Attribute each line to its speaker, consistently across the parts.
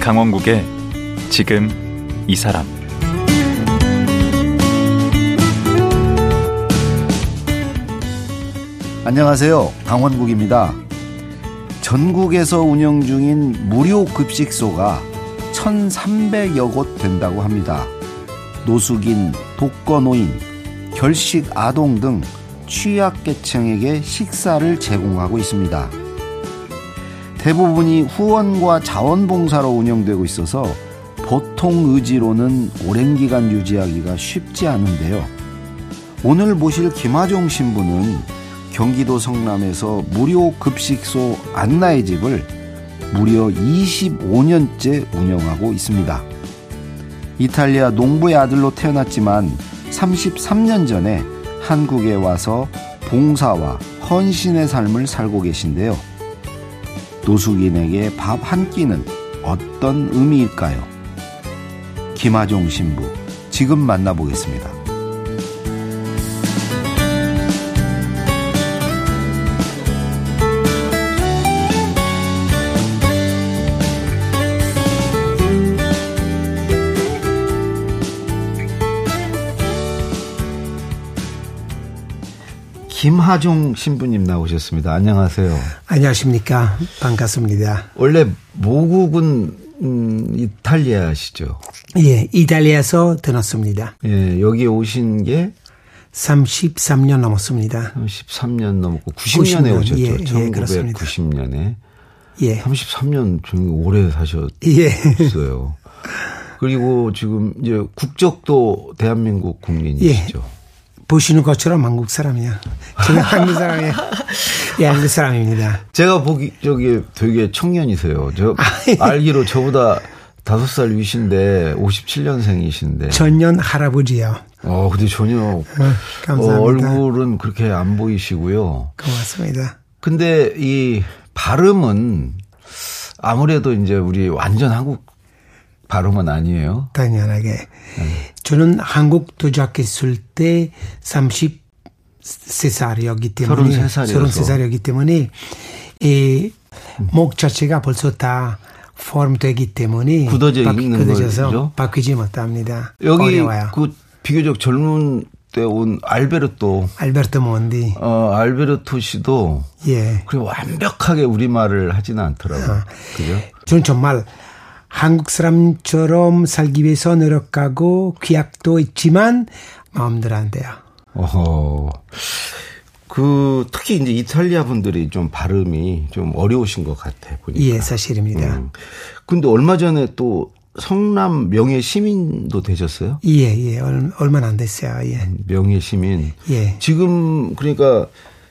Speaker 1: 강원국의 지금 이 사람
Speaker 2: 안녕하세요. 강원국입니다. 전국에서 운영 중인 무료 급식소가 1,300여 곳 된다고 합니다. 노숙인, 독거노인, 결식 아동 등 취약계층에게 식사를 제공하고 있습니다. 대부분이 후원과 자원봉사로 운영되고 있어서 보통 의지로는 오랜 기간 유지하기가 쉽지 않은데요. 오늘 모실 김하종 신부는 경기도 성남에서 무료 급식소 안나의 집을 무려 25년째 운영하고 있습니다. 이탈리아 농부의 아들로 태어났지만 33년 전에 한국에 와서 봉사와 헌신의 삶을 살고 계신데요. 노숙인에게 밥 한 끼는 어떤 의미일까요? 김하종 신부, 지금 만나보겠습니다. 김하종 신부님 나오셨습니다. 안녕하세요.
Speaker 3: 안녕하십니까. 반갑습니다.
Speaker 2: 원래 모국은 음, 이탈리아시죠.
Speaker 3: 예, 이탈리아에서 태어났습니다.
Speaker 2: 예, 여기 오신 게
Speaker 3: 33년 넘었습니다.
Speaker 2: 33년 넘었고 90년에
Speaker 3: 90년,
Speaker 2: 오셨죠.
Speaker 3: 예, 예,
Speaker 2: 1990년에
Speaker 3: 예.
Speaker 2: 33년 좀 오래 사셨어요.
Speaker 3: 예.
Speaker 2: 그리고 지금 이제 국적도 대한민국 국민이시죠.
Speaker 3: 예. 보시는 것처럼 한국 사람이야. 저는 한국 사람이에요. 예, 한국 사람입니다.
Speaker 2: 제가 보기 저기 되게 청년이세요. 저
Speaker 3: 아, 예.
Speaker 2: 알기로 저보다 다섯 살 위신데 57년생이신데.
Speaker 3: 전년 할아버지요.
Speaker 2: 어, 근데 전혀
Speaker 3: 네, 감사합니다.
Speaker 2: 어, 얼굴은 그렇게 안 보이시고요.
Speaker 3: 고맙습니다.
Speaker 2: 근데 이 발음은 아무래도 이제 우리 완전 한국 발음은 아니에요.
Speaker 3: 당연하게.
Speaker 2: 음.
Speaker 3: 저는 한국 도착했을 때 33살이었기 때문에
Speaker 2: 33 이어서.
Speaker 3: 33살이었기
Speaker 2: 음.
Speaker 3: 때문에 이목 자체가 벌써 다 폼되기 때문에
Speaker 2: 굳어져
Speaker 3: 바-
Speaker 2: 있는
Speaker 3: 굳어져서
Speaker 2: 거죠?
Speaker 3: 바뀌지 못합니다.
Speaker 2: 여기
Speaker 3: 어려워요.
Speaker 2: 그 비교적 젊은 때 온 알베르토
Speaker 3: 알베르토 몬디.
Speaker 2: 어 알베르토 씨도
Speaker 3: 예.
Speaker 2: 그리 완벽하게 우리 말을 하지는
Speaker 3: 아.
Speaker 2: 않더라고요. 그죠?
Speaker 3: 저는 정말 한국 사람처럼 살기 위해서 노력하고 귀약도 있지만 마음대로 안 돼요.
Speaker 2: 어허. 그 특히 이제 이탈리아 분들이 좀 발음이 좀 어려우신 것 같아 보니까.
Speaker 3: 예, 사실입니다.
Speaker 2: 음. 근데 얼마 전에 또 성남 명예 시민도 되셨어요?
Speaker 3: 예, 예, 얼, 얼마나 안 됐어요.
Speaker 2: 음.
Speaker 3: 예.
Speaker 2: 명예 시민.
Speaker 3: 예.
Speaker 2: 지금 그러니까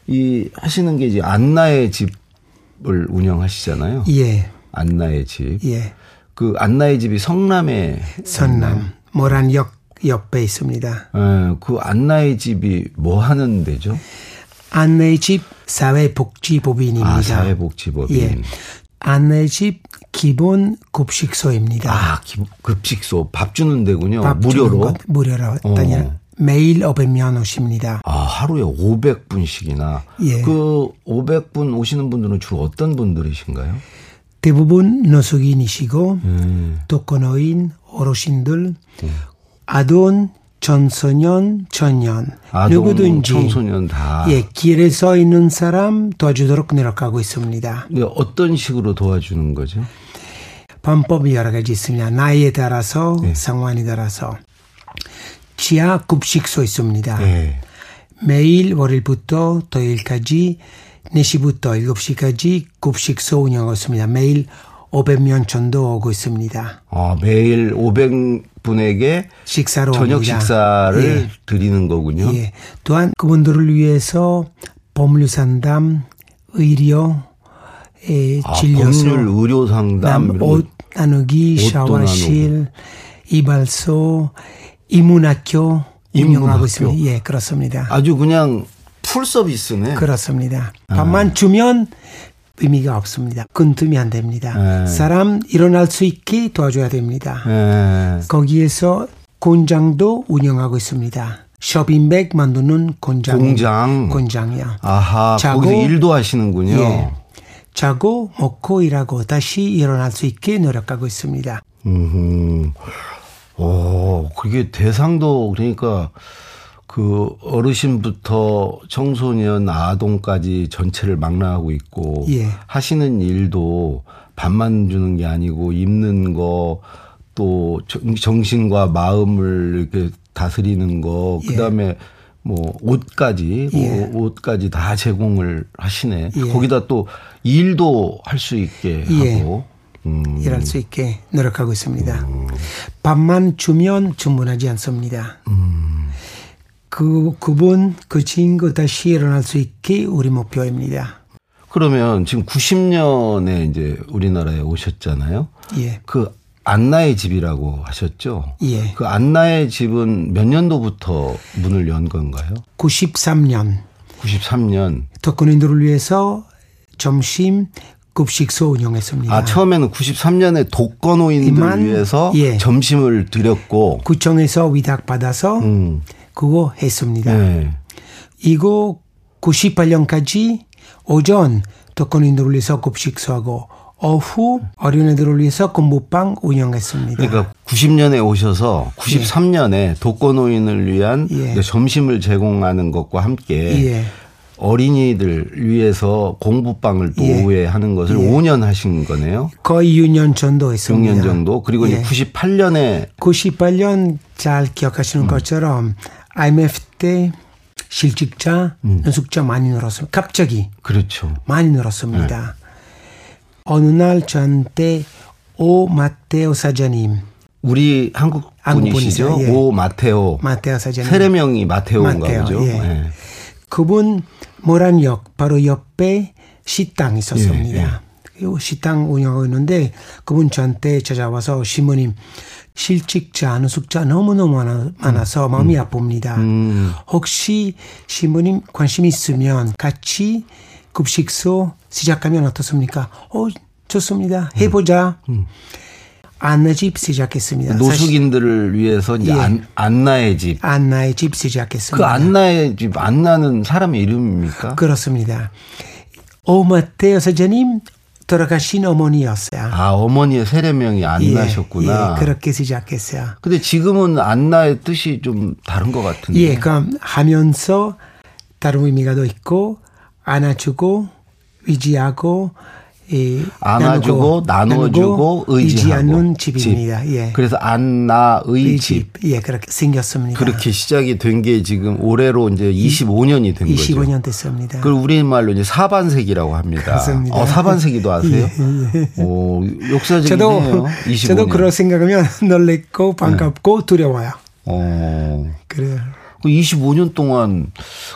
Speaker 2: 이 하시는 게 이제 안나의 집을 운영하시잖아요.
Speaker 3: 예,
Speaker 2: 안나의 집.
Speaker 3: 예.
Speaker 2: 그 안나의 집이 성남에
Speaker 3: 선남, 모란역 옆에 있습니다.
Speaker 2: 에, 그 안나의 집이 뭐 하는 데죠?
Speaker 3: 안내의 집 사회복지법인입니다.
Speaker 2: 아, 사회복지법인.
Speaker 3: 예. 안내의 집 기본 급식소입니다.
Speaker 2: 아, 기- 급식소 밥 주는 데군요.
Speaker 3: 밥 주는
Speaker 2: 무료로.
Speaker 3: 것 무료로.
Speaker 2: 어.
Speaker 3: 당연 매일 500명 오십니다.
Speaker 2: 아, 하루에 500분씩이나.
Speaker 3: 예.
Speaker 2: 그 500분 오시는 분들은 주로 어떤 분들이신가요?
Speaker 3: 대부분 노숙인이시고
Speaker 2: 음.
Speaker 3: 독거노인, 어르신들, 아동, 전소년, 전년
Speaker 2: 아동,
Speaker 3: 누구든지
Speaker 2: 청소년 다.
Speaker 3: 예 길에 서 있는 사람 도와주도록 노력하고 있습니다.
Speaker 2: 근데 어떤 식으로 도와주는 거죠?
Speaker 3: 방법이 여러 가지 있습니다. 나이에 따라서
Speaker 2: 예.
Speaker 3: 상황에 따라서 지하 급식소 있습니다.
Speaker 2: 예.
Speaker 3: 매일 월요일부터 토요일까지 4시부터 7시까지 급식소 운영하고 있습니다. 매일 500명 정도 오고 있습니다.
Speaker 2: 아, 매일 500분에게
Speaker 3: 식사로
Speaker 2: 저녁
Speaker 3: 옵니다.
Speaker 2: 식사를 드리는 거군요.
Speaker 3: 예. 또한 그분들을 위해서 법률 상담, 의료, 에,
Speaker 2: 아,
Speaker 3: 진료소,
Speaker 2: 법률 의료 상담
Speaker 3: 남, 어.
Speaker 2: 이런
Speaker 3: 옷 나누기,
Speaker 2: 옷도
Speaker 3: 샤워실, 이발소, 이문학교
Speaker 2: 이문학교.
Speaker 3: 운영하고 있습니다. 예, 그렇습니다.
Speaker 2: 아주 그냥 풀 서비스네. 아.
Speaker 3: 그렇습니다. 밥만 주면 의미가 없습니다. 근틈이 안 됩니다.
Speaker 2: 네.
Speaker 3: 사람 일어날 수 있게 도와줘야 됩니다.
Speaker 2: 예.
Speaker 3: 거기에서 공장도 운영하고 있습니다. 쇼핑백 만드는 공장.
Speaker 2: 공장.
Speaker 3: 공장이요.
Speaker 2: 아하,
Speaker 3: 자고,
Speaker 2: 거기서 일도 하시는군요.
Speaker 3: 예. 자고 먹고 일하고 다시 일어날 수 있게 노력하고 있습니다.
Speaker 2: 음. 오, 그게 대상도 그러니까 그 어르신부터 청소년 아동까지 전체를 망라하고 있고
Speaker 3: 예.
Speaker 2: 하시는 일도 밥만 주는 게 아니고 입는 거 또 정신과 마음을 이렇게 다스리는 거
Speaker 3: 예.
Speaker 2: 그다음에 뭐 옷까지 뭐
Speaker 3: 예.
Speaker 2: 옷- 옷까지 다 제공을 하시네.
Speaker 3: 예.
Speaker 2: 거기다 또 일도 할 수 있게
Speaker 3: 예.
Speaker 2: 하고 음.
Speaker 3: 일할 수 있게 노력하고 있습니다. 밥만 주면 주문하지 않습니다. 그 그분 그 친구 다시 일어날 수 있게 우리 목표입니다.
Speaker 2: 그러면 지금 90년에 이제 우리나라에 오셨잖아요.
Speaker 3: 예.
Speaker 2: 그 안나의 집이라고 하셨죠?
Speaker 3: 예.
Speaker 2: 그 안나의 집은 몇 년도부터 문을 연 건가요?
Speaker 3: 93년
Speaker 2: 93년.
Speaker 3: 독거인들을 위해서 점심 급식소 운영했습니다.
Speaker 2: 아, 처음에는 93년에 독거노인들
Speaker 3: 이만?
Speaker 2: 위해서
Speaker 3: 예.
Speaker 2: 점심을 드렸고,
Speaker 3: 구청에서 위탁 받아서
Speaker 2: 음.
Speaker 3: 그거 했습니다.
Speaker 2: 네.
Speaker 3: 이거 98년까지 오전 독거인들을 위해서 급식소하고 오후 어린애들을 위해서 공부방 운영했습니다.
Speaker 2: 그러니까 90년에 오셔서 93년에 독거노인을 위한
Speaker 3: 예.
Speaker 2: 이제 점심을 제공하는 것과 함께
Speaker 3: 예.
Speaker 2: 어린이들 위해서 공부방을 또
Speaker 3: 예.
Speaker 2: 오후에 하는 것을 5년 하신 거네요.
Speaker 3: 거의 6년 정도 했습니다.
Speaker 2: 6년 정도. 그리고
Speaker 3: 예.
Speaker 2: 이제 98년에
Speaker 3: 98년 잘 기억하시는
Speaker 2: 음.
Speaker 3: 것처럼 IMF 때 실직자,
Speaker 2: 음.
Speaker 3: 연숙자 많이 늘었습니다. 갑자기
Speaker 2: 그렇죠.
Speaker 3: 많이 늘었습니다.
Speaker 2: 네.
Speaker 3: 어느 날 저한테 오 마테오 사장님,
Speaker 2: 우리 한국
Speaker 3: 한국
Speaker 2: 분이시죠?
Speaker 3: 분이세요. 예.
Speaker 2: 오 마테오.
Speaker 3: 마테오 사장님,
Speaker 2: 세례명이 마테오인가
Speaker 3: 마테오,
Speaker 2: 보죠.
Speaker 3: 예.
Speaker 2: 예.
Speaker 3: 그분 모란역 바로 옆에 식당이 있었습니다. 이 식당 운영하고 있는데 그분 저한테 찾아와서 시모님 실직자 하는 숙자 너무너무 많아, 많아서 마음이 아픕니다. 혹시 시모님 관심 있으면 같이 급식소 시작하면 어떻습니까? 어 좋습니다. 해보자. 안나집 시작했습니다. 사실
Speaker 2: 노숙인들을 위해서 이제
Speaker 3: 예.
Speaker 2: 안, 안나의 집.
Speaker 3: 안나의 집 시작했습니다.
Speaker 2: 그 안나의 집, 안나는 사람의 이름입니까?
Speaker 3: 그렇습니다. 오마테오 사장님 돌아가신 어머니였어요.
Speaker 2: 아, 어머니의 세례명이 안나셨구나.
Speaker 3: 예, 그렇게 시작했어요.
Speaker 2: 근데 지금은 안나의 뜻이 좀 다른 것 같은데.
Speaker 3: 예, 그럼 하면서 다른 의미가 더 있고 안아주고 위지하고 예,
Speaker 2: 안아주고 나눠주고 의지하고
Speaker 3: 의지하는
Speaker 2: 집.
Speaker 3: 집입니다. 예,
Speaker 2: 그래서 안나의
Speaker 3: 이
Speaker 2: 집.
Speaker 3: 예, 그렇게 생겼습니다.
Speaker 2: 그렇게 시작이 된 게 지금 올해로 이제 25년이 된 거죠.
Speaker 3: 25년 됐습니다.
Speaker 2: 그걸 우리말로 이제 사반세기라고 합니다.
Speaker 3: 그렇습니다. 예,
Speaker 2: 어, 사반세기도 아세요? 오, 역사적이네요.
Speaker 3: 저도
Speaker 2: 25년. 네.
Speaker 3: 저도 그런 생각하면 놀랬고 반갑고 두려워요.
Speaker 2: 어.
Speaker 3: 그래요.
Speaker 2: 그 25년 동안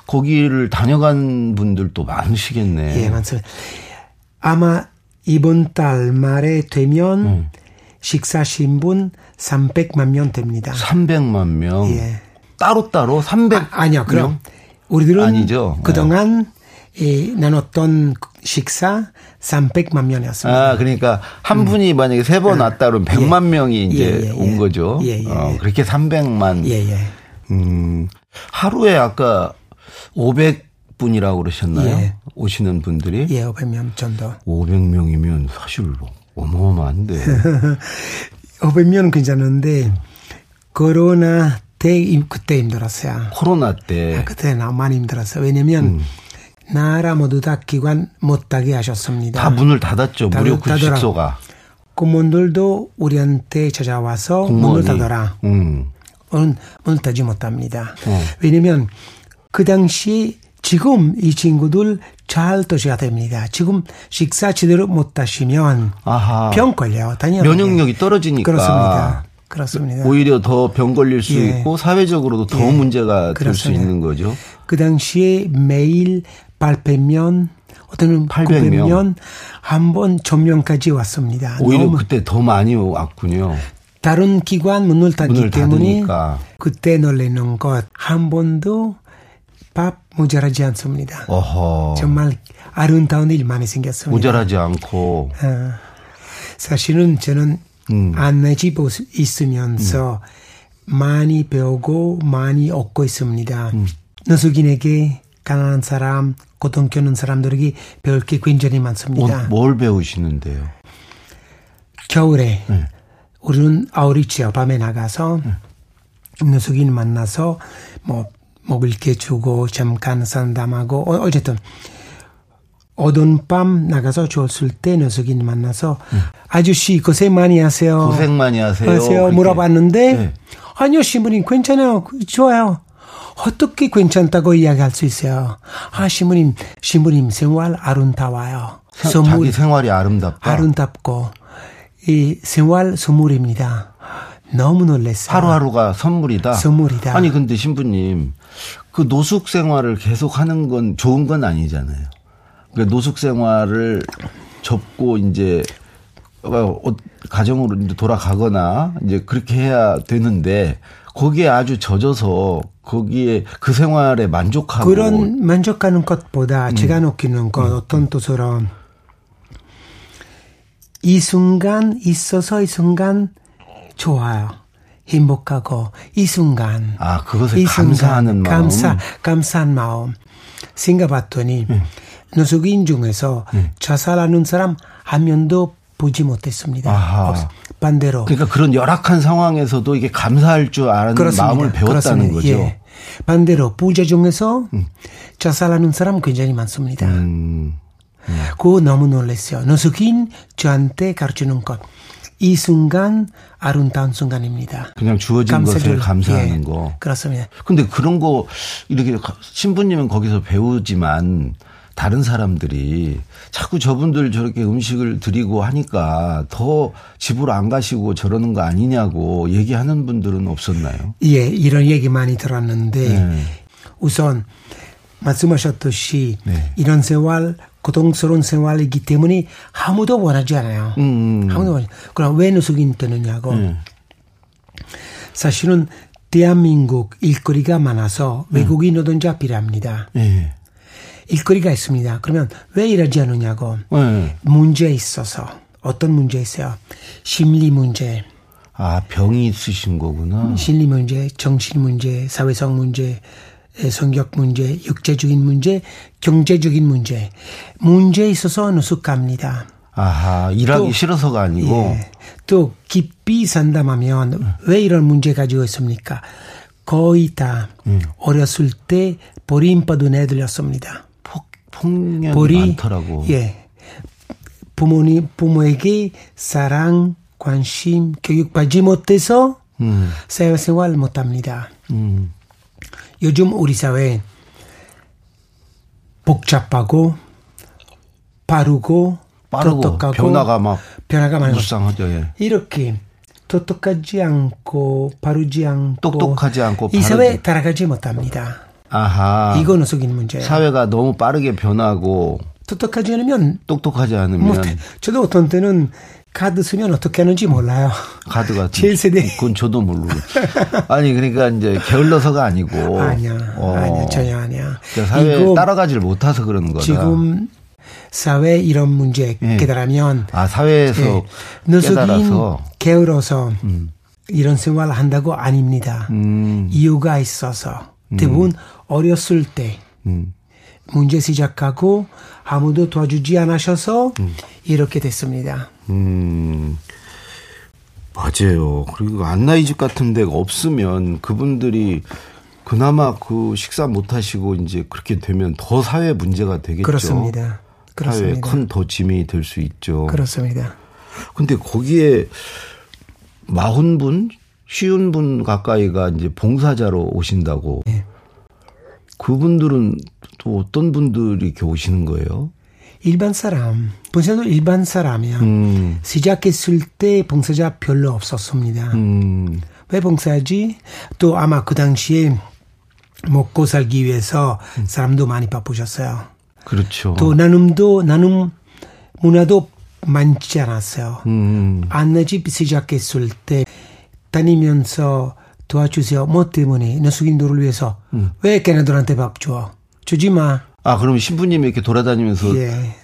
Speaker 2: 거기를 다녀간 분들도 많으시겠네.
Speaker 3: 예, 맞습니다. 아마 이번 달 말에 되면
Speaker 2: 음.
Speaker 3: 식사 신분 300만 명 됩니다.
Speaker 2: 300만 명.
Speaker 3: 예.
Speaker 2: 따로따로 300.
Speaker 3: 아, 니요 그럼 우리들은
Speaker 2: 아니죠. 네.
Speaker 3: 그동안 이 나눴던 식사 300만 명이었습니다.
Speaker 2: 아, 그러니까 한 분이 만약에 세 번 왔다 그러면 100만 명이 이제
Speaker 3: 음. 아, 예, 예,
Speaker 2: 온
Speaker 3: 예.
Speaker 2: 거죠.
Speaker 3: 예, 예,
Speaker 2: 어,
Speaker 3: 예.
Speaker 2: 그렇게 300만.
Speaker 3: 예, 예.
Speaker 2: 음. 하루에 아까 500분이라고 그러셨나요?
Speaker 3: 예.
Speaker 2: 오시는 분들이?
Speaker 3: 예, 500명 정도.
Speaker 2: 500명이면 사실 어마어마한데.
Speaker 3: 아, 500명은
Speaker 2: 음.
Speaker 3: 괜찮은데 코로나 때 임- 그때 힘들었어요.
Speaker 2: 코로나 때.
Speaker 3: 그때 나 많이 힘들었어요. 왜냐면
Speaker 2: 음.
Speaker 3: 나라 모두 다 기관 못하게 하셨습니다.
Speaker 2: 다 문을 닫았죠.
Speaker 3: 닫-
Speaker 2: 무료 그
Speaker 3: 닫아라.
Speaker 2: 급식소가.
Speaker 3: 공무원들도 우리한테 찾아와서
Speaker 2: 공무원이.
Speaker 3: 문을 닫아라.
Speaker 2: 음.
Speaker 3: 오늘 문을 닫지 못합니다.
Speaker 2: 네.
Speaker 3: 왜냐면 그 당시 지금 이 친구들 잘 도셔야 됩니다. 지금 식사 제대로 못 하시면
Speaker 2: 아하.
Speaker 3: 병 걸려요. 당연히.
Speaker 2: 면역력이 떨어지니까.
Speaker 3: 그렇습니다. 그렇습니다.
Speaker 2: 오히려 더 병 걸릴 수
Speaker 3: 예.
Speaker 2: 있고 사회적으로도 더
Speaker 3: 예.
Speaker 2: 문제가 될 수
Speaker 3: 그렇습니다.
Speaker 2: 있는 거죠.
Speaker 3: 그 당시에 매일 800면 어떤
Speaker 2: 800 명.
Speaker 3: 900면 한 번 전면까지 왔습니다.
Speaker 2: 오히려
Speaker 3: 아, 너무
Speaker 2: 그때 더 많이 왔군요.
Speaker 3: 다른 기관 문을 닫기
Speaker 2: 문을
Speaker 3: 때문에
Speaker 2: 닫으니까.
Speaker 3: 그때 놀래는 것 한 번도 밥 모자라지 않습니다.
Speaker 2: 어허.
Speaker 3: 정말 아름다운 일 많이 생겼습니다.
Speaker 2: 모자라지 음. 않고.
Speaker 3: 아, 사실은 저는 안내 집 있으면서
Speaker 2: 음.
Speaker 3: 많이 배우고 많이 얻고 있습니다. 노숙인에게 가난한 사람, 고통 겪는 사람들에게 배울 게 굉장히 많습니다.
Speaker 2: 어, 뭘 배우시는데요?
Speaker 3: 겨울에
Speaker 2: 네.
Speaker 3: 우리는 아우리치요 밤에 나가서 녀석인 만나서 뭐 먹을 게 주고 잠깐 상담하고 어, 어쨌든 어두운 밤 나가서 줬을 때 녀석인 만나서 아저씨 고생 많이 하세요.
Speaker 2: 네. 고생 많이 하세요. 그렇게.
Speaker 3: 물어봤는데
Speaker 2: 네.
Speaker 3: 아니요 신부님 괜찮아요 좋아요. 어떻게 괜찮다고 이야기할 수 있어요? 아 신부님 신부님 생활 아름다워요.
Speaker 2: 세-
Speaker 3: 선물
Speaker 2: 자기 생활이 아름답다.
Speaker 3: 아름답고 이 생활 선물입니다. 너무 놀랐어요.
Speaker 2: 하루하루가 선물이다.
Speaker 3: 선물이다.
Speaker 2: 아니 근데 신부님 그 노숙 생활을 계속 하는 건 좋은 건 아니잖아요. 그 노숙 생활을 접고 이제 어, 어, 가정으로 이제 돌아가거나 이제 그렇게 해야 되는데 거기에 아주 젖어서 거기에 그 생활에 만족하고
Speaker 3: 그런 만족하는 것보다
Speaker 2: 음.
Speaker 3: 제가 느끼는 것 어떤 뜻으로 이 순간 있어서 이 순간 좋아요. 행복하고 이 순간
Speaker 2: 아, 그것에 감사하는 마음.
Speaker 3: 감사 감사한 마음 생각봤더니
Speaker 2: 음.
Speaker 3: 노숙인 중에서 자살하는 사람 한 명도 보지 못했습니다.
Speaker 2: 아하.
Speaker 3: 없- 반대로
Speaker 2: 그러니까 그런 열악한 상황에서도 이게 감사할 줄 아는 마음을 배웠다는
Speaker 3: 그렇습니다.
Speaker 2: 거죠.
Speaker 3: 예. 반대로 부자 중에서 자살하는 사람 굉장히 많습니다.
Speaker 2: 음,
Speaker 3: 그거 너무 놀랐어요. 노숙인 저한테 가르치는 것. 이 순간 아름다운 순간입니다.
Speaker 2: 그냥 주어진 것을
Speaker 3: 감사를-
Speaker 2: 감사하는
Speaker 3: 예,
Speaker 2: 거.
Speaker 3: 그렇습니다.
Speaker 2: 근데 그런 거 이렇게 가- 신부님은 거기서 배우지만 다른 사람들이 자꾸 저분들 저렇게 음식을 드리고 하니까 더 집으로 안 가시고 저러는 거 아니냐고 얘기하는 분들은 없었나요?
Speaker 3: 예, 이런 얘기 많이 들었는데
Speaker 2: 예.
Speaker 3: 우선 말씀하셨듯이 이런 생활 고통스러운 생활이기 때문에 아무도 원하지 않아요. 아무도 원하지. 그럼 왜 노숙인 되느냐고. 사실은 대한민국 일거리가 많아서 외국인 노동자 필요합니다.
Speaker 2: 예.
Speaker 3: 일거리가 있습니다. 그러면 왜 일하지 않느냐고.
Speaker 2: 예.
Speaker 3: 문제 있어서 어떤 문제 있어요? 심리 문제,
Speaker 2: 아 병이 있으신 거구나.
Speaker 3: 심리 문제, 정신 문제, 사회성 문제, 에, 성격 문제, 육체적인 문제, 경제적인 문제. 문제에 있어서 노숙합니다.
Speaker 2: 아하 일하기
Speaker 3: 또-
Speaker 2: 싫어서가 아니고
Speaker 3: 예. 또 깊이
Speaker 2: 음.
Speaker 3: 상담하면 왜 이런 문제 가지고 있습니까? 거의 다
Speaker 2: 음.
Speaker 3: 어렸을 때 버림받은 애들이었습니다.
Speaker 2: 폭 폭력이 많더라고.
Speaker 3: 예. 부모님 부모에게 사랑, 관심, 교육받지 못해서 음, 사회생활 못합니다.
Speaker 2: 음.
Speaker 3: 요즘 우리 사회 복잡하고 빠르고
Speaker 2: 빠르고
Speaker 3: 똑똑하고 네.
Speaker 2: 변화가 막
Speaker 3: 변화가 많이
Speaker 2: 불쌍하죠. 예.
Speaker 3: 이렇게 똑똑하지 않고 바르지 않고
Speaker 2: 똑똑하지 않고
Speaker 3: 이
Speaker 2: 바르지-
Speaker 3: 사회 에 따라가지 못합니다.
Speaker 2: 아하.
Speaker 3: 이거는 속인 문제예요.
Speaker 2: 사회가 너무 빠르게 변하고
Speaker 3: 똑똑하지 않으면
Speaker 2: 똑똑하지 않으면
Speaker 3: 뭐, 저도 어떤 때는 카드 쓰면 어떻게 하는지 몰라요.
Speaker 2: 카드 같은
Speaker 3: 제일 세대.
Speaker 2: 그건 저도 모르고 아니 그러니까 이제 게을러서가 아니고
Speaker 3: 아니야,
Speaker 2: 어,
Speaker 3: 아니야, 전혀 아니야.
Speaker 2: 그러니까 사회에
Speaker 3: 이거
Speaker 2: 따라가질 못해서 그러는 거다.
Speaker 3: 지금 사회 이런 문제
Speaker 2: 예.
Speaker 3: 깨달으면
Speaker 2: 아
Speaker 3: 예.
Speaker 2: 사회에서
Speaker 3: 노숙인
Speaker 2: 예. 깨달아서 음.
Speaker 3: 게으러서 이런 생활을 한다고 아닙니다. 이유가 있어서
Speaker 2: 음.
Speaker 3: 대부분 어렸을 때 문제 시작하고 아무도 도와주지 않으셔서 이렇게 됐습니다.
Speaker 2: 음 맞아요. 그리고 안나이집 같은 데가 없으면 그분들이 그나마 그 식사 못 하시고 이제 그렇게 되면 더 사회 문제가 되겠죠.
Speaker 3: 그렇습니다.
Speaker 2: 사회에
Speaker 3: 그렇습니다.
Speaker 2: 큰 더 짐이 될 수 있죠.
Speaker 3: 그렇습니다.
Speaker 2: 근데 거기에 마흔 분, 쉬운 분 가까이가 이제 봉사자로 오신다고.
Speaker 3: 네.
Speaker 2: 그분들은 또 어떤 분들이 이렇게 오시는 거예요?
Speaker 3: 일반 사람, 본사도 일반 사람이야.
Speaker 2: 음.
Speaker 3: 시작했을 때 봉사자 별로 없었습니다.
Speaker 2: 음,
Speaker 3: 왜 봉사하지? 또 아마 그 당시에 먹고 살기 위해서 사람도 많이 바쁘셨어요.
Speaker 2: 그렇죠.
Speaker 3: 또 나눔도 나눔 문화도 많지 않았어요.
Speaker 2: 음,
Speaker 3: 안내집 시작했을 때 다니면서 도와주세요. 뭐 때문에 노숙인들을 위해서
Speaker 2: 음.
Speaker 3: 왜 걔네들한테 밥 줘? 주지 마.
Speaker 2: 아, 그럼 신부님이 이렇게 돌아다니면서
Speaker 3: 예,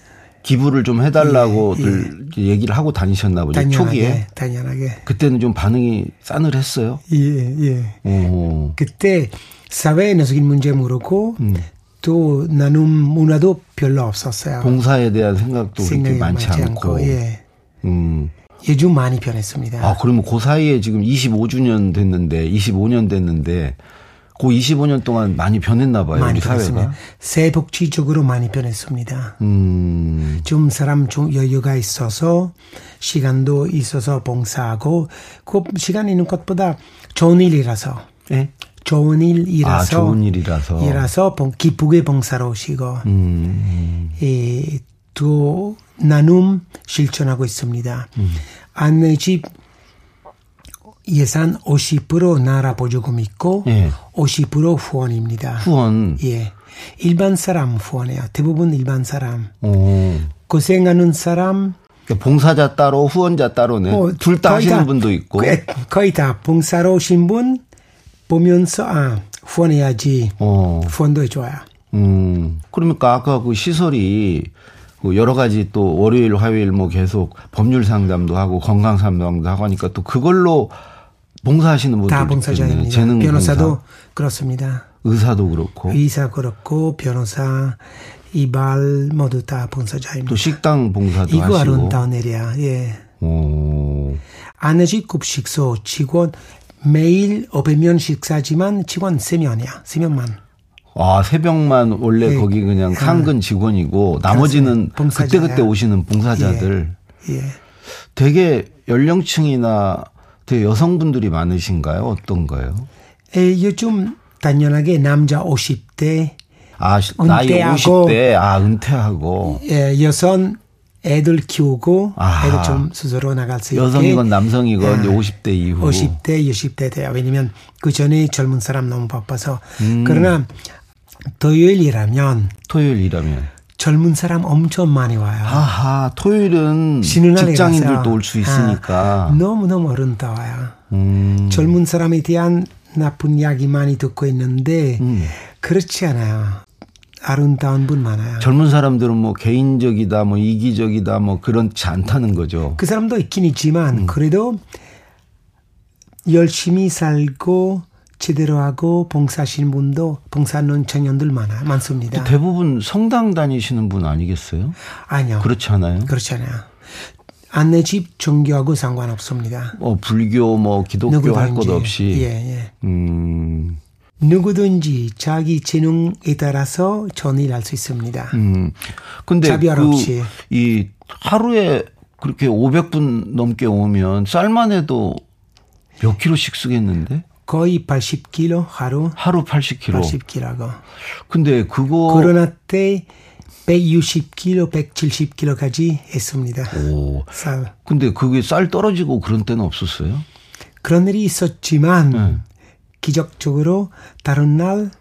Speaker 2: 기부를 좀 해달라고 들 얘기를 하고 다니셨나 보죠. 초기에.
Speaker 3: 당연하게, 당연하게.
Speaker 2: 그때는 좀 반응이 싸늘했어요.
Speaker 3: 예, 예.
Speaker 2: 오, 음.
Speaker 3: 그때 사회 노숙인 문제 물었고 또 나눔 문화도 별로 없었어요.
Speaker 2: 봉사에 대한 생각도 그렇게
Speaker 3: 생각이
Speaker 2: 많지, 않고.
Speaker 3: 예.
Speaker 2: 음.
Speaker 3: 요즘 많이 변했습니다.
Speaker 2: 아, 그러면 그 사이에 지금 25주년 됐는데, 25년 됐는데, 그 25년 동안 많이 변했나 봐요,
Speaker 3: 많이
Speaker 2: 우리 사회가.
Speaker 3: 변했습니다. 세복지적으로 많이 변했습니다.
Speaker 2: 음,
Speaker 3: 좀 사람 좀 여유가 있어서 시간도 있어서 봉사하고 그 시간 있는 것보다 좋은 일이라서
Speaker 2: 예?
Speaker 3: 좋은 일이라서
Speaker 2: 아, 좋은 일이라서.
Speaker 3: 이라서 봉- 기쁘게 봉사로 오시고
Speaker 2: 음,
Speaker 3: 예, 또 나눔 실천하고 있습니다.
Speaker 2: 음.
Speaker 3: 안내집 예산 50% 나라 보조금 있고
Speaker 2: 예.
Speaker 3: 50% 후원입니다.
Speaker 2: 후원.
Speaker 3: 예. 일반 사람 후원해요. 대부분 일반 사람.
Speaker 2: 어.
Speaker 3: 고생하는 사람
Speaker 2: 그러니까 봉사자 따로, 후원자 따로네.
Speaker 3: 뭐
Speaker 2: 둘 다
Speaker 3: 거의
Speaker 2: 하시는 분도 있고.
Speaker 3: 거의, 거의 다 봉사로 오신 분 보면서 아 후원해야지
Speaker 2: 어.
Speaker 3: 후원도 해줘요.
Speaker 2: 음, 그러니까 아까 그 시설이 그 여러 가지 또 월요일, 화요일 뭐 계속 법률 상담도 하고 건강 상담도 하고 하니까 또 그걸로 봉사하시는 분들
Speaker 3: 다 봉사자입니다.
Speaker 2: 재능
Speaker 3: 변호사도
Speaker 2: 봉사,
Speaker 3: 그렇습니다.
Speaker 2: 의사도 그렇고
Speaker 3: 의사 그렇고 변호사 이발 모두 다 봉사자입니다.
Speaker 2: 또 식당 봉사도
Speaker 3: 이거
Speaker 2: 하시고.
Speaker 3: 아름다운 일이야. 예.
Speaker 2: 오,
Speaker 3: 아내집 급식소 직원 매일 500명 식사지만 직원 3명이야. 3명만.
Speaker 2: 아 새벽만 원래
Speaker 3: 예.
Speaker 2: 거기 그냥 상근 직원이고 나머지는
Speaker 3: 봉사자야.
Speaker 2: 그때 그때 오시는 봉사자들
Speaker 3: 예.
Speaker 2: 되게 연령층이나 되게 여성분들이 많으신가요? 어떤가요?
Speaker 3: 에, 요즘 당연하게 남자 50대,
Speaker 2: 아, 시- 나이
Speaker 3: 은퇴하고.
Speaker 2: 50대, 아, 은퇴하고.
Speaker 3: 예, 여성 애들 키우고
Speaker 2: 아하.
Speaker 3: 애들 좀 스스로 나갈 수 있게
Speaker 2: 여성이건 남성이건
Speaker 3: 예.
Speaker 2: 이제 50대 이후.
Speaker 3: 50대, 60대 돼요. 왜냐면 그 전에 젊은 사람 너무 바빠서.
Speaker 2: 음.
Speaker 3: 그러나 토요일이라면
Speaker 2: 토요일이라면.
Speaker 3: 젊은 사람 엄청 많이 와요.
Speaker 2: 아하, 토요일은
Speaker 3: 쉬는 날에
Speaker 2: 직장인들도
Speaker 3: 가서.
Speaker 2: 올 수
Speaker 3: 아,
Speaker 2: 있으니까.
Speaker 3: 너무너무 어른다워요.
Speaker 2: 음,
Speaker 3: 젊은 사람에 대한 나쁜 이야기 많이 듣고 있는데
Speaker 2: 음.
Speaker 3: 그렇지 않아요. 아름다운 분 많아요.
Speaker 2: 젊은 사람들은 뭐 개인적이다, 뭐 이기적이다, 뭐 그렇지 않다는 거죠.
Speaker 3: 그 사람도 있긴
Speaker 2: 음.
Speaker 3: 있지만 그래도 열심히 살고 제대로 하고 봉사하시는 분도 봉사하는 청년들 많아 많습니다.
Speaker 2: 그 대부분 성당 다니시는 분 아니겠어요?
Speaker 3: 아니요.
Speaker 2: 그렇지 않아요?
Speaker 3: 그렇지 않아요. 안내 집 종교하고 상관없습니다.
Speaker 2: 어, 불교, 뭐 기독교 할 것
Speaker 3: 누구든지.
Speaker 2: 없이.
Speaker 3: 예, 예.
Speaker 2: 음,
Speaker 3: 누구든지 자기 재능에 따라서 전일 할 수 있습니다.
Speaker 2: 음. 근데
Speaker 3: 차별
Speaker 2: 그
Speaker 3: 없이.
Speaker 2: 이 하루에 그렇게 500분 넘게 오면 쌀만 해도 몇 킬로씩 쓰겠는데?
Speaker 3: 거의 80kg 하루
Speaker 2: 하루 80킬로.
Speaker 3: 80kg라고.
Speaker 2: 근데 그거
Speaker 3: 코로나 때 160kg, 170kg까지 했습니다.
Speaker 2: 오.
Speaker 3: 쌀.
Speaker 2: 근데 그게 쌀 떨어지고 그런 때는 없었어요?
Speaker 3: 그런 일이 있었지만 기적적으로 다른 날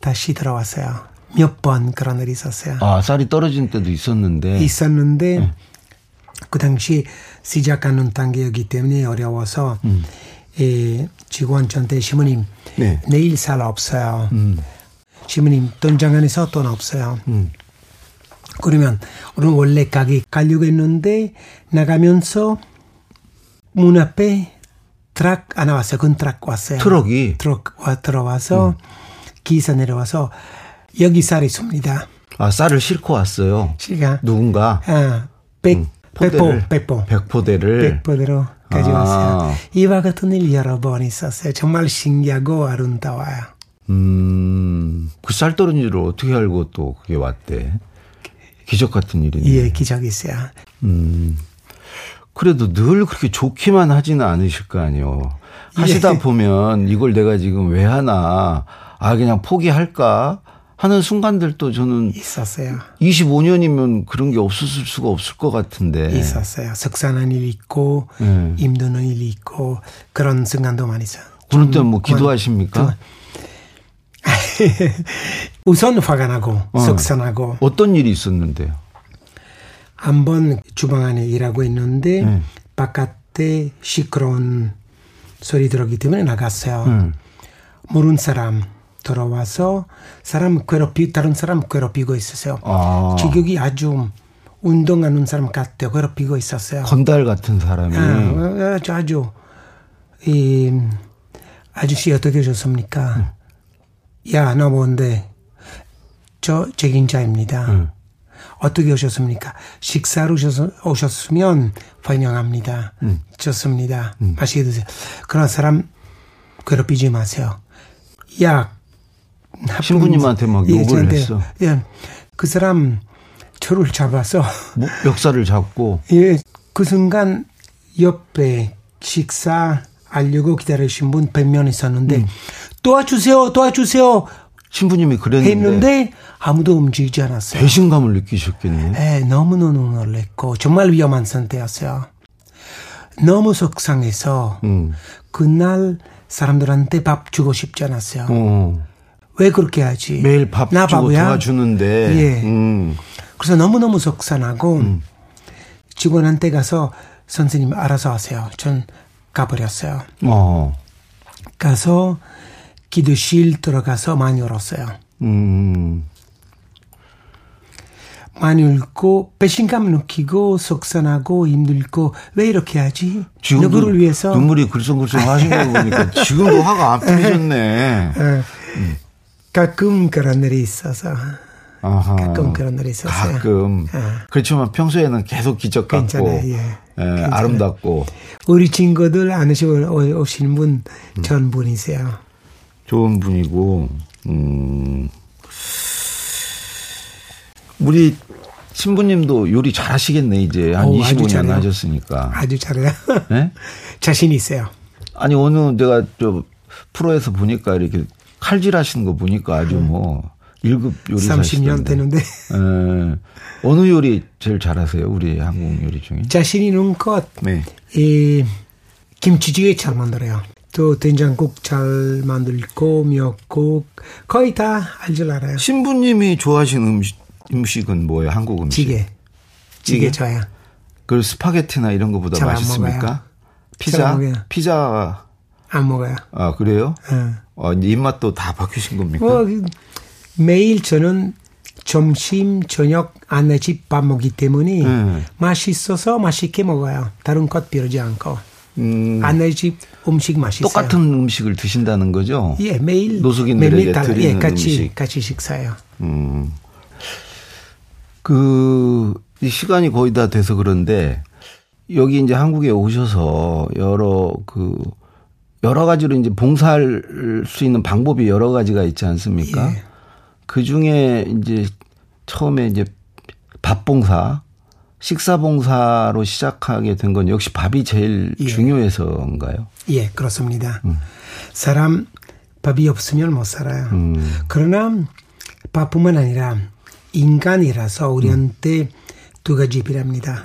Speaker 3: 다시 들어왔어요. 몇 번 그런 일이 있었어요.
Speaker 2: 아, 쌀이 떨어진 때도 있었는데.
Speaker 3: 있었는데
Speaker 2: 음.
Speaker 3: 그 당시 시작하는 단계이기 때문에 어려워서 에, 직원한테 시모님
Speaker 2: 음. 네. 음.
Speaker 3: 내일 살 없어요. 시모님 돈장 안에서 돈 없어요. 그러면 오늘 원래 가게 가려고 했는데 나가면서 문 앞에 트럭 안 왔어요. 그 트럭 왔어요.
Speaker 2: 트럭이 음.
Speaker 3: 트럭 와, 들어와서 기사 내려와서 여기 살 있습니다.
Speaker 2: 아, 쌀을 싣고 왔어요.
Speaker 3: 제가
Speaker 2: 누군가
Speaker 3: 아, 백, 백보,
Speaker 2: 포대를,
Speaker 3: 백보.
Speaker 2: 백포대를
Speaker 3: 백보대로
Speaker 2: 음. 아.
Speaker 3: 가져왔어요. 이와 같은 일 여러 번 있었어요. 정말 신기하고 아름다워요.
Speaker 2: 음, 그 쌀 떨어진 줄 어떻게 알고 또 그게 왔대? 기적 같은 일이네.
Speaker 3: 예, 기적이 있어요.
Speaker 2: 그래도 늘 그렇게 좋기만 하지는 않으실 거 아니에요.
Speaker 3: 예.
Speaker 2: 하시다 보면 이걸 내가 지금 왜 하나, 아, 그냥 포기할까 하는 순간들도 저는
Speaker 3: 있었어요.
Speaker 2: 25년이면 그런 게 없었을 수가 없을 것 같은데.
Speaker 3: 예. 있었어요. 석산한 일 있고,
Speaker 2: 네.
Speaker 3: 힘든 일 있고, 그런 순간도 많이 있어요.
Speaker 2: 그런 때는
Speaker 3: 음,
Speaker 2: 뭐 기도하십니까?
Speaker 3: 우선 화가 나고, 석산하고,
Speaker 2: 어떤 일이 있었는데요?
Speaker 3: 한 번 주방 안에 일하고 있는데, 바깥에 시끄러운 소리 들었기 때문에 나갔어요. 모르는 사람 들어와서 사람 괴롭히 다른 사람 괴롭히고 있었어요.
Speaker 2: 아.
Speaker 3: 직역이 아주 운동하는 사람 같아요. 괴롭히고 있었어요.
Speaker 2: 건달 같은 사람이. 음.
Speaker 3: 아, 아주 아주 이 음, 아저씨 어떻게 오셨습니까? 야 너 뭔데? 저 책임자입니다.
Speaker 2: 음.
Speaker 3: 어떻게 오셨습니까? 식사로 오셨, 오셨으면 환영합니다.
Speaker 2: 음.
Speaker 3: 좋습니다. 맛있게 드세요. 그런 사람 괴롭히지 마세요. 야, 나쁜
Speaker 2: 신부님한테 막
Speaker 3: 예,
Speaker 2: 욕을
Speaker 3: 저한테,
Speaker 2: 했어.
Speaker 3: 예, 그 사람 저를 잡아서
Speaker 2: 뭐 역사를 잡고
Speaker 3: 예, 그 순간 옆에 식사 알려고 기다리신 분 100명 있었는데
Speaker 2: 음.
Speaker 3: 도와주세요, 도와주세요
Speaker 2: 신부님이 그랬는데
Speaker 3: 했는데
Speaker 2: 네.
Speaker 3: 아무도 움직이지 않았어요.
Speaker 2: 배신감을 느끼셨겠네요.
Speaker 3: 예, 너무너무 놀랬고 정말 위험한 상태였어요. 너무 속상해서
Speaker 2: 음.
Speaker 3: 그날 사람들한테 밥 주고 싶지 않았어요.
Speaker 2: 어.
Speaker 3: 왜 그렇게 하지?
Speaker 2: 매일 밥
Speaker 3: 예. 나
Speaker 2: 주고
Speaker 3: 바보야?
Speaker 2: 도와주는데
Speaker 3: 예.
Speaker 2: 음.
Speaker 3: 그래서 너무너무 속상하고 직원한테 가서 선생님 알아서 하세요. 전 가버렸어요.
Speaker 2: 어.
Speaker 3: 가서 기도실 들어가서 많이 울었어요.
Speaker 2: 음.
Speaker 3: 많이 울고 배신감 느끼고 속상하고 힘들고 왜 이렇게 하지?
Speaker 2: 지금도
Speaker 3: 누구를 위해서?
Speaker 2: 눈물이 글썽글썽 하신 거 보니까 지금도 화가 안 풀리셨네.
Speaker 3: 예. 가끔 그런 일이 있어서
Speaker 2: 아하.
Speaker 3: 가끔 그런 일이 있었어요.
Speaker 2: 가끔.
Speaker 3: 아.
Speaker 2: 그렇지만 평소에는 계속 기적 같고
Speaker 3: 괜찮아요, 예.
Speaker 2: 예, 아름답고
Speaker 3: 우리 친구들 안으시고 오- 오시는 분
Speaker 2: 음.
Speaker 3: 전분이세요.
Speaker 2: 좋은 분이고 음. 우리 신부님도 요리 잘하시겠네 이제 한
Speaker 3: 오, 아주
Speaker 2: 25년
Speaker 3: 잘해요.
Speaker 2: 하셨으니까.
Speaker 3: 아주 잘해요.
Speaker 2: 예?
Speaker 3: 자신 있어요.
Speaker 2: 아니 오늘 내가 저 프로에서 보니까 이렇게 칼질하시는 거 보니까 아주 뭐 일급 요리사
Speaker 3: 30년 되는데
Speaker 2: 예. 어느 요리 제일 잘하세요? 우리 한국 요리 중에.
Speaker 3: 자신 있는 것
Speaker 2: 네.
Speaker 3: 이 김치찌개 잘 만들어요. 또 된장국 잘 만들고 미역국 거의 다 알 줄 알아요.
Speaker 2: 신부님이 좋아하시는 음식, 음식은 뭐예요? 한국 음식.
Speaker 3: 찌개,
Speaker 2: 찌개?
Speaker 3: 찌개 저야.
Speaker 2: 그 스파게티나 이런 거보다
Speaker 3: 잘안 먹어요.
Speaker 2: 맛있습니까?
Speaker 3: 잘
Speaker 2: 피자?
Speaker 3: 안 먹어요.
Speaker 2: 피자
Speaker 3: 안 먹어요.
Speaker 2: 아 그래요?
Speaker 3: 응.
Speaker 2: 어, 이제 입맛도 다 바뀌신 겁니까?
Speaker 3: 뭐 그, 매일 저는 점심 저녁 안내집 밥 먹기 때문에
Speaker 2: 네.
Speaker 3: 맛있어서 맛있게 먹어요. 다른 것 비르지 않고
Speaker 2: 음,
Speaker 3: 안내집 음식 맛있어요.
Speaker 2: 똑같은 음식을 드신다는 거죠?
Speaker 3: 예 매일
Speaker 2: 노숙인들에게
Speaker 3: 매일 달라-
Speaker 2: 드리는
Speaker 3: 예, 같이
Speaker 2: 음식.
Speaker 3: 같이 식사요.
Speaker 2: 음. 그, 이 시간이 거의 다 돼서 그런데, 여기 이제 한국에 오셔서 여러 그, 여러 가지로 이제 봉사할 수 있는 방법이 여러 가지가 있지 않습니까?
Speaker 3: 예.
Speaker 2: 그 중에 이제 처음에 이제 밥봉사, 식사봉사로 시작하게 된 건 역시 밥이 제일 중요해서인가요?
Speaker 3: 예, 그렇습니다.
Speaker 2: 음.
Speaker 3: 사람 밥이 없으면 못 살아요.
Speaker 2: 음.
Speaker 3: 그러나 밥뿐만 아니라 인간이라서 우리한테
Speaker 2: 음.
Speaker 3: 두 가지 필요합니다.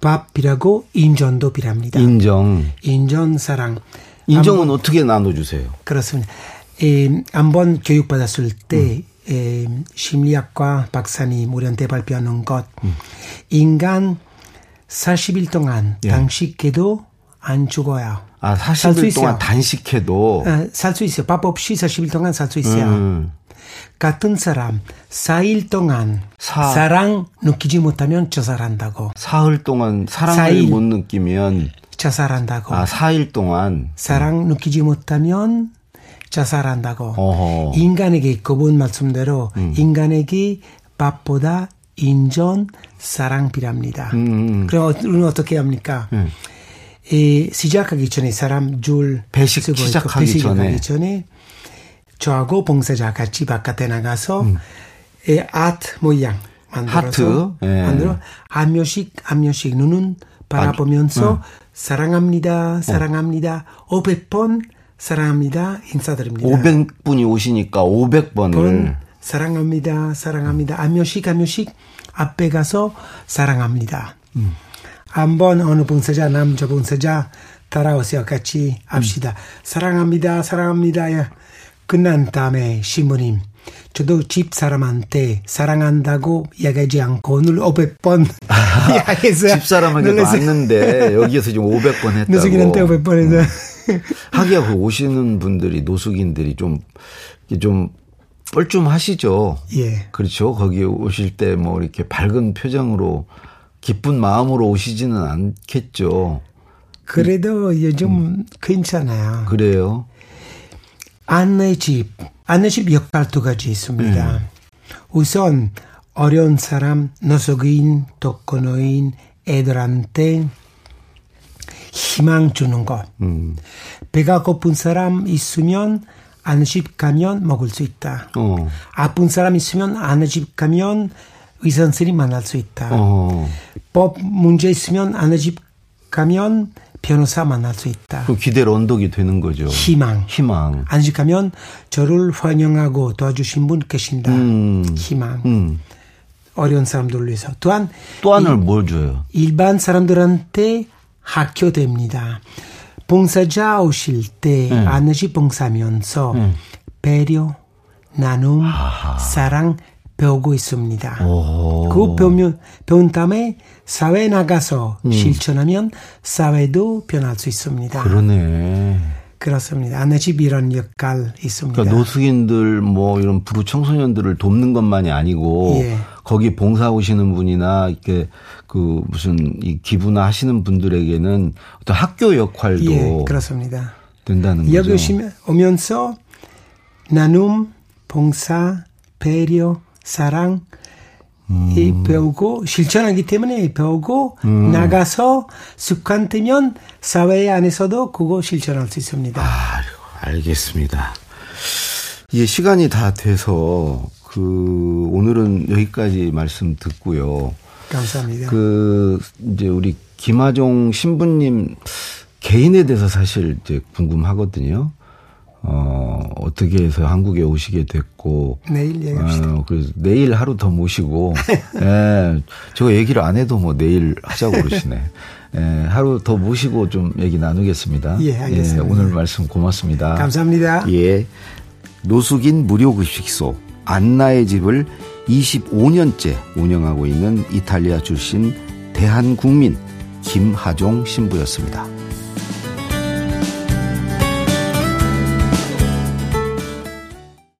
Speaker 3: 밥 필요하고 인정도 필요합니다.
Speaker 2: 인정.
Speaker 3: 인정 사랑 아,
Speaker 2: 인정은 어떻게 나눠주세요?
Speaker 3: 그렇습니다. 에, 한번 교육받았을
Speaker 2: 음.
Speaker 3: 때 에, 심리학과 박사님 우리한테 발표하는 것
Speaker 2: 음.
Speaker 3: 인간 40일 동안 단식해도 안 죽어요.
Speaker 2: 예. 아,
Speaker 3: 살수
Speaker 2: 40일 동안
Speaker 3: 있어요.
Speaker 2: 단식해도.
Speaker 3: 살 수 있어요. 밥 없이 40일 동안 살 수 있어요.
Speaker 2: 음.
Speaker 3: 같은 사람 4일 동안
Speaker 2: 사-
Speaker 3: 사랑 느끼지 못하면 자살한다고.
Speaker 2: 사흘 동안 사랑을
Speaker 3: 사일. 어.
Speaker 2: 못 느끼면
Speaker 3: 자살한다고.
Speaker 2: 아 사일 동안
Speaker 3: 사랑 느끼지 못하면 자살한다고.
Speaker 2: 어허. 음.
Speaker 3: 인간에게 그분 말씀대로 인간에게 밥보다 인전 사랑 필요합니다.
Speaker 2: 음,
Speaker 3: 그럼 우리는 어떻게 합니까?
Speaker 2: 예.
Speaker 3: 이 시작하기 전에 사람 줄
Speaker 2: 배식
Speaker 3: 쓰고 있고
Speaker 2: 시작하기 전에.
Speaker 3: 배식하기 전에 저하고 봉사자 같이 바깥에 나가서 이 아트 모양 만들어서
Speaker 2: 음. 하트? 예.
Speaker 3: 만들어 암요식 암요식 눈은 바라보면서 사랑합니다 사랑합니다 500번 사랑합니다 인사드립니다
Speaker 2: 500분이 오시니까 500번을
Speaker 3: 번 사랑합니다 사랑합니다 암요식 암요식 앞에 가서 사랑합니다
Speaker 2: 음.
Speaker 3: 한번 어느 봉사자 남자 봉사자 따라오세요 같이 합시다 사랑합니다 사랑합니다 야. 끝난 다음에 신부님 저도 집 사람한테 사랑한다고 이야기하지 않고 오늘 500번 이야기했어요.
Speaker 2: 집사람에게도
Speaker 3: 놀랐어요.
Speaker 2: 왔는데 여기에서 지금 500번 했다고.
Speaker 3: 노숙인한테 500번 해서
Speaker 2: 하기야 그 오시는 분들이 노숙인들이 좀좀 뻘쭘하시죠.
Speaker 3: 예.
Speaker 2: 그렇죠. 거기 오실 때 뭐 이렇게 밝은 표정으로 기쁜 마음으로 오시지는 않겠죠.
Speaker 3: 그래도 요즘
Speaker 2: 음.
Speaker 3: 괜찮아요.
Speaker 2: 그래요. 네.
Speaker 3: 안내집, 안내집 역할 두 가지 있습니다. 우선 어려운 사람, 노숙인, 독거노인, 애들한테 희망 주는 것.
Speaker 2: 음.
Speaker 3: 배가 고픈 사람 있으면 아는 집 가면 먹을 수 있다.
Speaker 2: 어.
Speaker 3: 아픈 사람 있으면 아는 집 가면 의사 선생님 만날 수 있다.
Speaker 2: 어.
Speaker 3: 법 문제 있으면 아는 집 가면 변호사 만날 수 있다.
Speaker 2: 그 기대 언덕이 되는 거죠.
Speaker 3: 희망.
Speaker 2: 희망.
Speaker 3: 안식하면 저를 환영하고 도와주신 분 계신다.
Speaker 2: 음.
Speaker 3: 희망. 어려운 사람들을 위해서. 또한
Speaker 2: 또 하나를 뭘 줘요?
Speaker 3: 일반 사람들한테 학교됩니다. 봉사자 오실 때
Speaker 2: 음.
Speaker 3: 아내시 봉사하면서 배려, 나눔, 사랑 배우고 있습니다. 그 배우면 배운 다음에 사회 에 나가서 실천하면 사회도 변할 수 있습니다.
Speaker 2: 음. 그러네.
Speaker 3: 그렇습니다. 아내집 이런 역할 있습니다.
Speaker 2: 그러니까 노숙인들 뭐 이런 부루 청소년들을 돕는 것만이 아니고
Speaker 3: 예.
Speaker 2: 거기 봉사 오시는 분이나 이렇게 그 무슨 이 기부나 하시는 분들에게는 어떤 학교 역할도
Speaker 3: 예, 그렇습니다.
Speaker 2: 된다는 거죠.
Speaker 3: 여기 오시면, 오면서 나눔, 봉사, 배려, 사랑
Speaker 2: 음.
Speaker 3: 이 배우고 실천하기 때문에 배우고 나가서 습관되면 사회 안에서도 그거 실천할 수 있습니다.
Speaker 2: 아유, 알겠습니다. 이제 시간이 다 돼서 그 오늘은 여기까지 말씀 듣고요.
Speaker 3: 감사합니다.
Speaker 2: 그 이제 우리 김하종 신부님 개인에 대해서 사실 이제 궁금하거든요. 어, 어떻게 해서 한국에 오시게 됐고
Speaker 3: 내일 네, 얘기합시다.
Speaker 2: 어, 그래서 내일 하루 더 모시고, 예, 저 얘기를 안 해도 뭐 내일 하자고 그러시네. 예, 하루 더 모시고 좀 얘기 나누겠습니다.
Speaker 3: 예, 알겠습니다.
Speaker 2: 오늘 말씀 고맙습니다.
Speaker 3: 감사합니다.
Speaker 2: 아, 예. 노숙인 무료급식소 안나의 집을 25년째 운영하고 있는 이탈리아 출신 대한국민 김하종 신부였습니다.